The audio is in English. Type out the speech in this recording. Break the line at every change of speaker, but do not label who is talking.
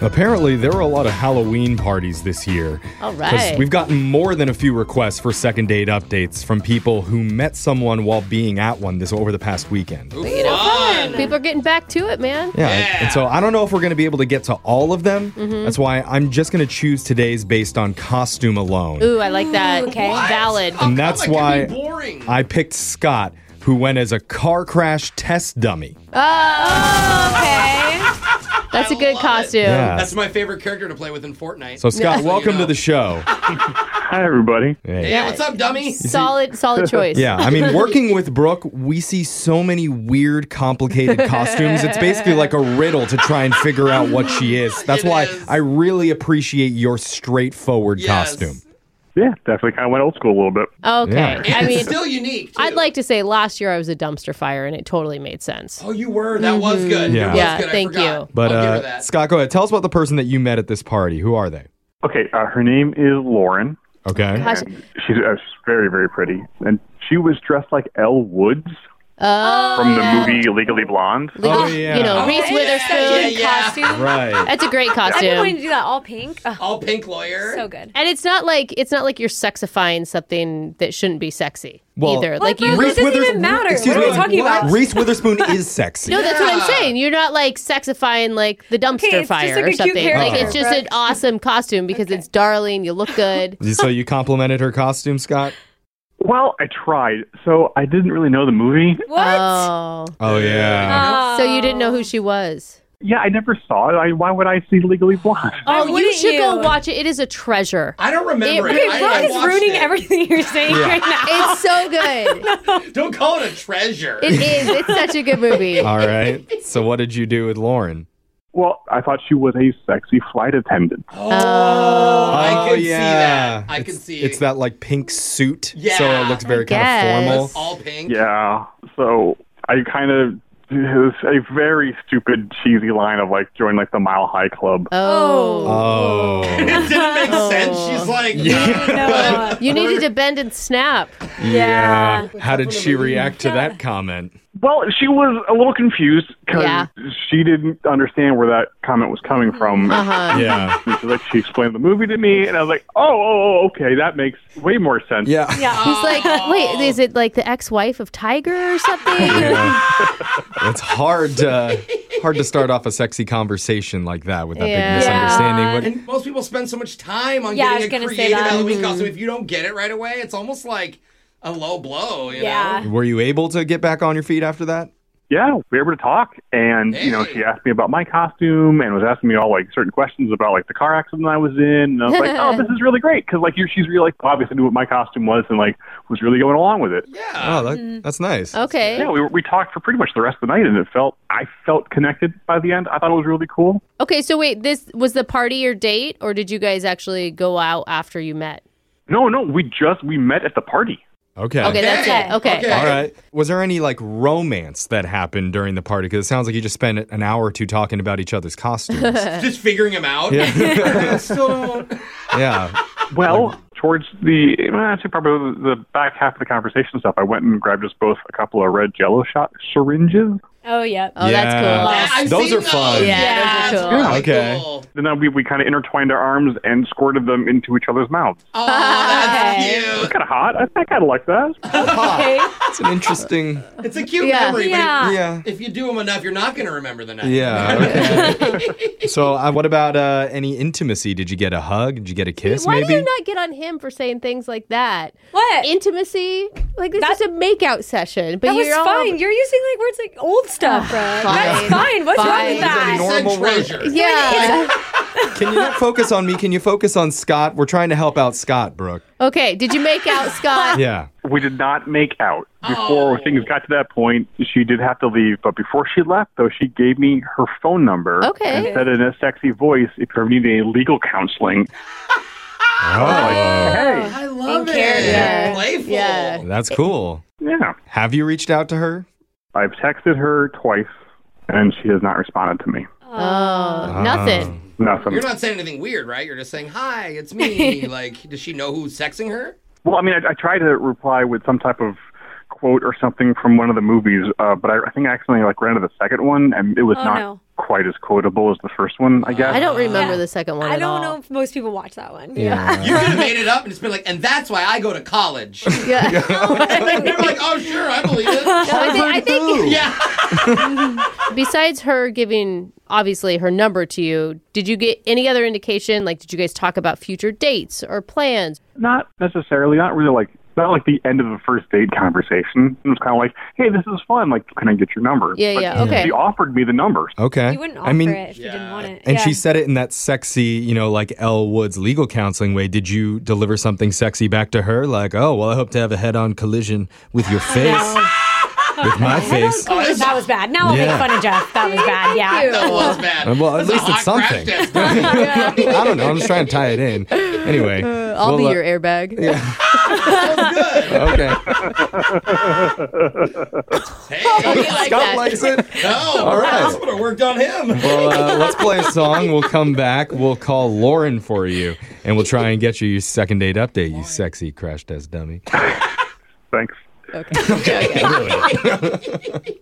Apparently, there were a lot of Halloween parties this year.
All
'Cause
right.
We've gotten more than a few requests for second date updates from people who met someone while being at one this over the past weekend.
you know, fun. People are getting back to it, man.
Yeah. And so I don't know if we're going to be able to get to all of them.
Mm-hmm.
That's why I'm just going to choose today's based on costume alone.
Ooh, I like that.
okay. What? Oh,
Valid.
And that's
That could be
why
boring.
I picked Scott, who went as a car crash test dummy.
okay.
Oh, That's a
I
good
love it.
costume.
Yeah.
That's my favorite character to play with in Fortnite.
uh, So, Scott,
you
welcome to
know.
the show.
Hi, everybody.
Hey.
yeah, what's up, dummy?
Solid, solid choice.
Yeah, I mean, working with Brooke, we see so many weird, complicated costumes. It's basically like a riddle to try and figure out what she is. That's
It
why
is.
I really appreciate your straightforward
Yes.
costume.
Yeah, definitely kind of went old school a little bit.
Okay.
Yeah.
I
And
mean,
it's still unique. too.
I'd like to say last year I was a dumpster fire and it totally made sense.
Oh, you were. That was good.
Yeah.
It was
Mm-hmm. Yeah,
good. I
thank
forgot.
you.
But
I'll give her
uh,
that.
Scott, go ahead. Tell us about the person that you met at this party. Who are they?
Okay, uh, her name is Lauren.
Okay.
Gosh.
And she's uh, she's very, very pretty. And she was dressed like Elle Woods
Oh,
from the movie Legally Blonde.
Oh, yeah.
you know,
Oh,
Reese
yeah,
Witherspoon.
yeah, yeah.
costume.
Right.
That's a great
I've been wanting
costume.
to do that all pink. Ugh,
all pink lawyer.
so good.
And it's not like it's not like you're sexifying something that shouldn't be sexy
Well,
either.
What
Like you
about
look
Reese- doesn't even matter.
Excuse
What are we
me.
talking about?
Reese Witherspoon is sexy.
No, that's what I'm
Yeah.
saying. You're not like sexifying like the dumpster
Okay, it's just
fire
like a
or
cute
something. Like
character,
it's just an
Brooke.
awesome costume because it's darling. You look good.
so you complimented her costume, Scott?
Well, I tried. So I didn't really know the movie.
What?
Oh,
Oh yeah.
Oh.
so you didn't know who she was?
Yeah, I never saw it. I, why would I see Legally Blonde?
Why
Oh, you
wouldn't
should go
you?
watch it. It is a treasure.
I don't remember
It-
it.
Okay,
I,
Brooke
I
is
watched
ruining
it.
everything you're saying right now.
It's so good.
Don't call it a treasure.
It is. It's such a good movie.
Uh,
All right. So what did you do with Lauren?
Well, I thought she was a sexy flight attendant.
oh, I
oh, yeah.
can see that. I
it's,
can see
It's that like pink suit.
Yeah.
So it looks very
guess.
kind of formal.
all pink.
Yeah, so I kind of. It was a very stupid, cheesy line of like, join like the Mile High Club.
Oh.
Oh.
It didn't make sense. She's like,
No. uh,
You needed to bend and snap.
Yeah.
How did she react to that comment?
Well, she was a little confused because
Yeah.
she didn't understand where that comment was coming from.
Uh,
Uh-huh.
Yeah.
And so, like, she explained the movie to me, and I was like, "Oh, oh, oh, okay, that makes way more sense."
Yeah.
Yeah.
He's like,
Oh.
wait, is it like the ex-wife of Tiger or something?
it's hard to hard to start off a sexy conversation like that with that
Yeah.
big misunderstanding.
And most people spend so much time on
Yeah, I was
getting a
gonna say
creative
that.
Halloween
Mm-hmm.
costume. If you don't get it right away, it's almost like a low blow. You
Yeah.
Know?
What, were you able to get back on your feet after that?
Yeah, we were able to talk, and you know,
Hey.
she asked me about my costume and was asking me all like certain questions about like the car accident I was in, and I was like, "Oh, this is really great," because like you, she's really like obviously knew what my costume was and like was really going along with it.
Yeah.
Oh, that,
Mm.
that's nice.
Okay.
Yeah, we were- we talked for pretty much the rest of the night, and it felt I felt connected by the end. I thought it was really cool.
Okay, so wait, this was the party your date, or did you guys actually go out after you met?
No, no, we just we met at the party.
Okay.
Okay, that's
Okay.
it. Okay.
Okay.
All right. Was there any like romance that happened during the party? Because it sounds like you just spent an hour or two talking about each other's costumes.
Just figuring them out.
Yeah.
Still don't.
yeah.
Well, towards the well, I'd say probably the back half of the conversation stuff, I went and grabbed us both a couple of red Jello shot syringes.
Oh, yeah.
Oh, that's
Yeah.
cool.
Yeah.
I've
Those
seen
are fun.
those.
Yeah, those are
that's
cool.
really
Okay.
cool.
And then we, we kind of intertwined our arms and squirted them into each other's mouths.
Oh, that's
Okay.
cute.
Kind of hot. I, I kind of like that.
Okay.
It's an interesting.
It's a cute
Yeah.
memory,
Yeah.
but
Yeah.
if you do them enough, you're not going to remember the next.
Yeah. Okay. so, uh, what about uh, any intimacy? Did you get a hug? Did you get a kiss?
Why
maybe.
do you not get on him for saying things like that?
What?
Intimacy? Like this is a makeout session, but
that was
you're all-
fine. You're using like words like old stuff, bro. That's fine. What's wrong
Fine.
with
I
that?
These are
said
Normal words.
treasure.
Yeah.
Can you not focus on me? Can you focus on Scott? We're trying to help out Scott, Brooke.
okay. Did you make out, Scott?
Yeah.
we did not make out. Before
Oh.
things got to that point, she did have to leave. But before she left, though, she gave me her phone number
Okay.
and said in a sexy voice, if you ever need any legal counseling.
Oh,
Hey,
I love it.
character.
Playful.
Yeah.
that's cool.
yeah.
Have you reached out to her?
I've texted her twice, and she has not responded to me.
Oh, nothing.
Nothing.
You're not saying anything weird, right? You're just saying, "Hi, it's me." like, does she know who's sexing her?
Well, I mean, I, I tried to reply with some type of quote or something from one of the movies, uh, but I, I think I accidentally like ran to the second one, and it was
Oh,
not
no.
quite as quotable as the first one, I
Ah.
guess.
I don't remember the second one.
I
at
don't
all.
know if most people watch that one.
Yeah.
You could have made it up and it's been like, and that's why I go to college. and
Yeah.
then you're like, oh, sure, I believe it.
No, I, thi- I think
Ooh.
Yeah.
besides her giving obviously her number to you, did you get any other indication? Like, did you guys talk about future dates or plans?
Not necessarily. Not really like not like the end of the first date conversation. It was kind of like, hey, this is fun. Like, can I get your number?
Yeah,
But
yeah, okay.
She offered me the number.
Okay.
You wouldn't offer
I mean,
it if you didn't want it.
And
yeah.
she said it in that sexy, you know, like Elle Woods legal counseling way. Did you deliver something sexy back to her? Like, oh, well, I hope to have a head on collision with your face, with my face.
Oh, that was bad. Now I'll
Yeah.
make fun of Jeff. That was bad. Yeah.
That was bad.
Well, at
That's a
least it's
hot crash
something.
test.
I don't know. I'm just trying to tie it in. Anyway,
I'll
we'll,
be
uh,
your airbag.
Okay.
Hey, I
Scott
Scott likes it.
know.
All right.
This would have worked on him.
Well, uh, let's play a song. We'll come back. We'll call Lauren for you, and we'll try and get you your second date update. You sexy crash test dummy.
Thanks.
Really.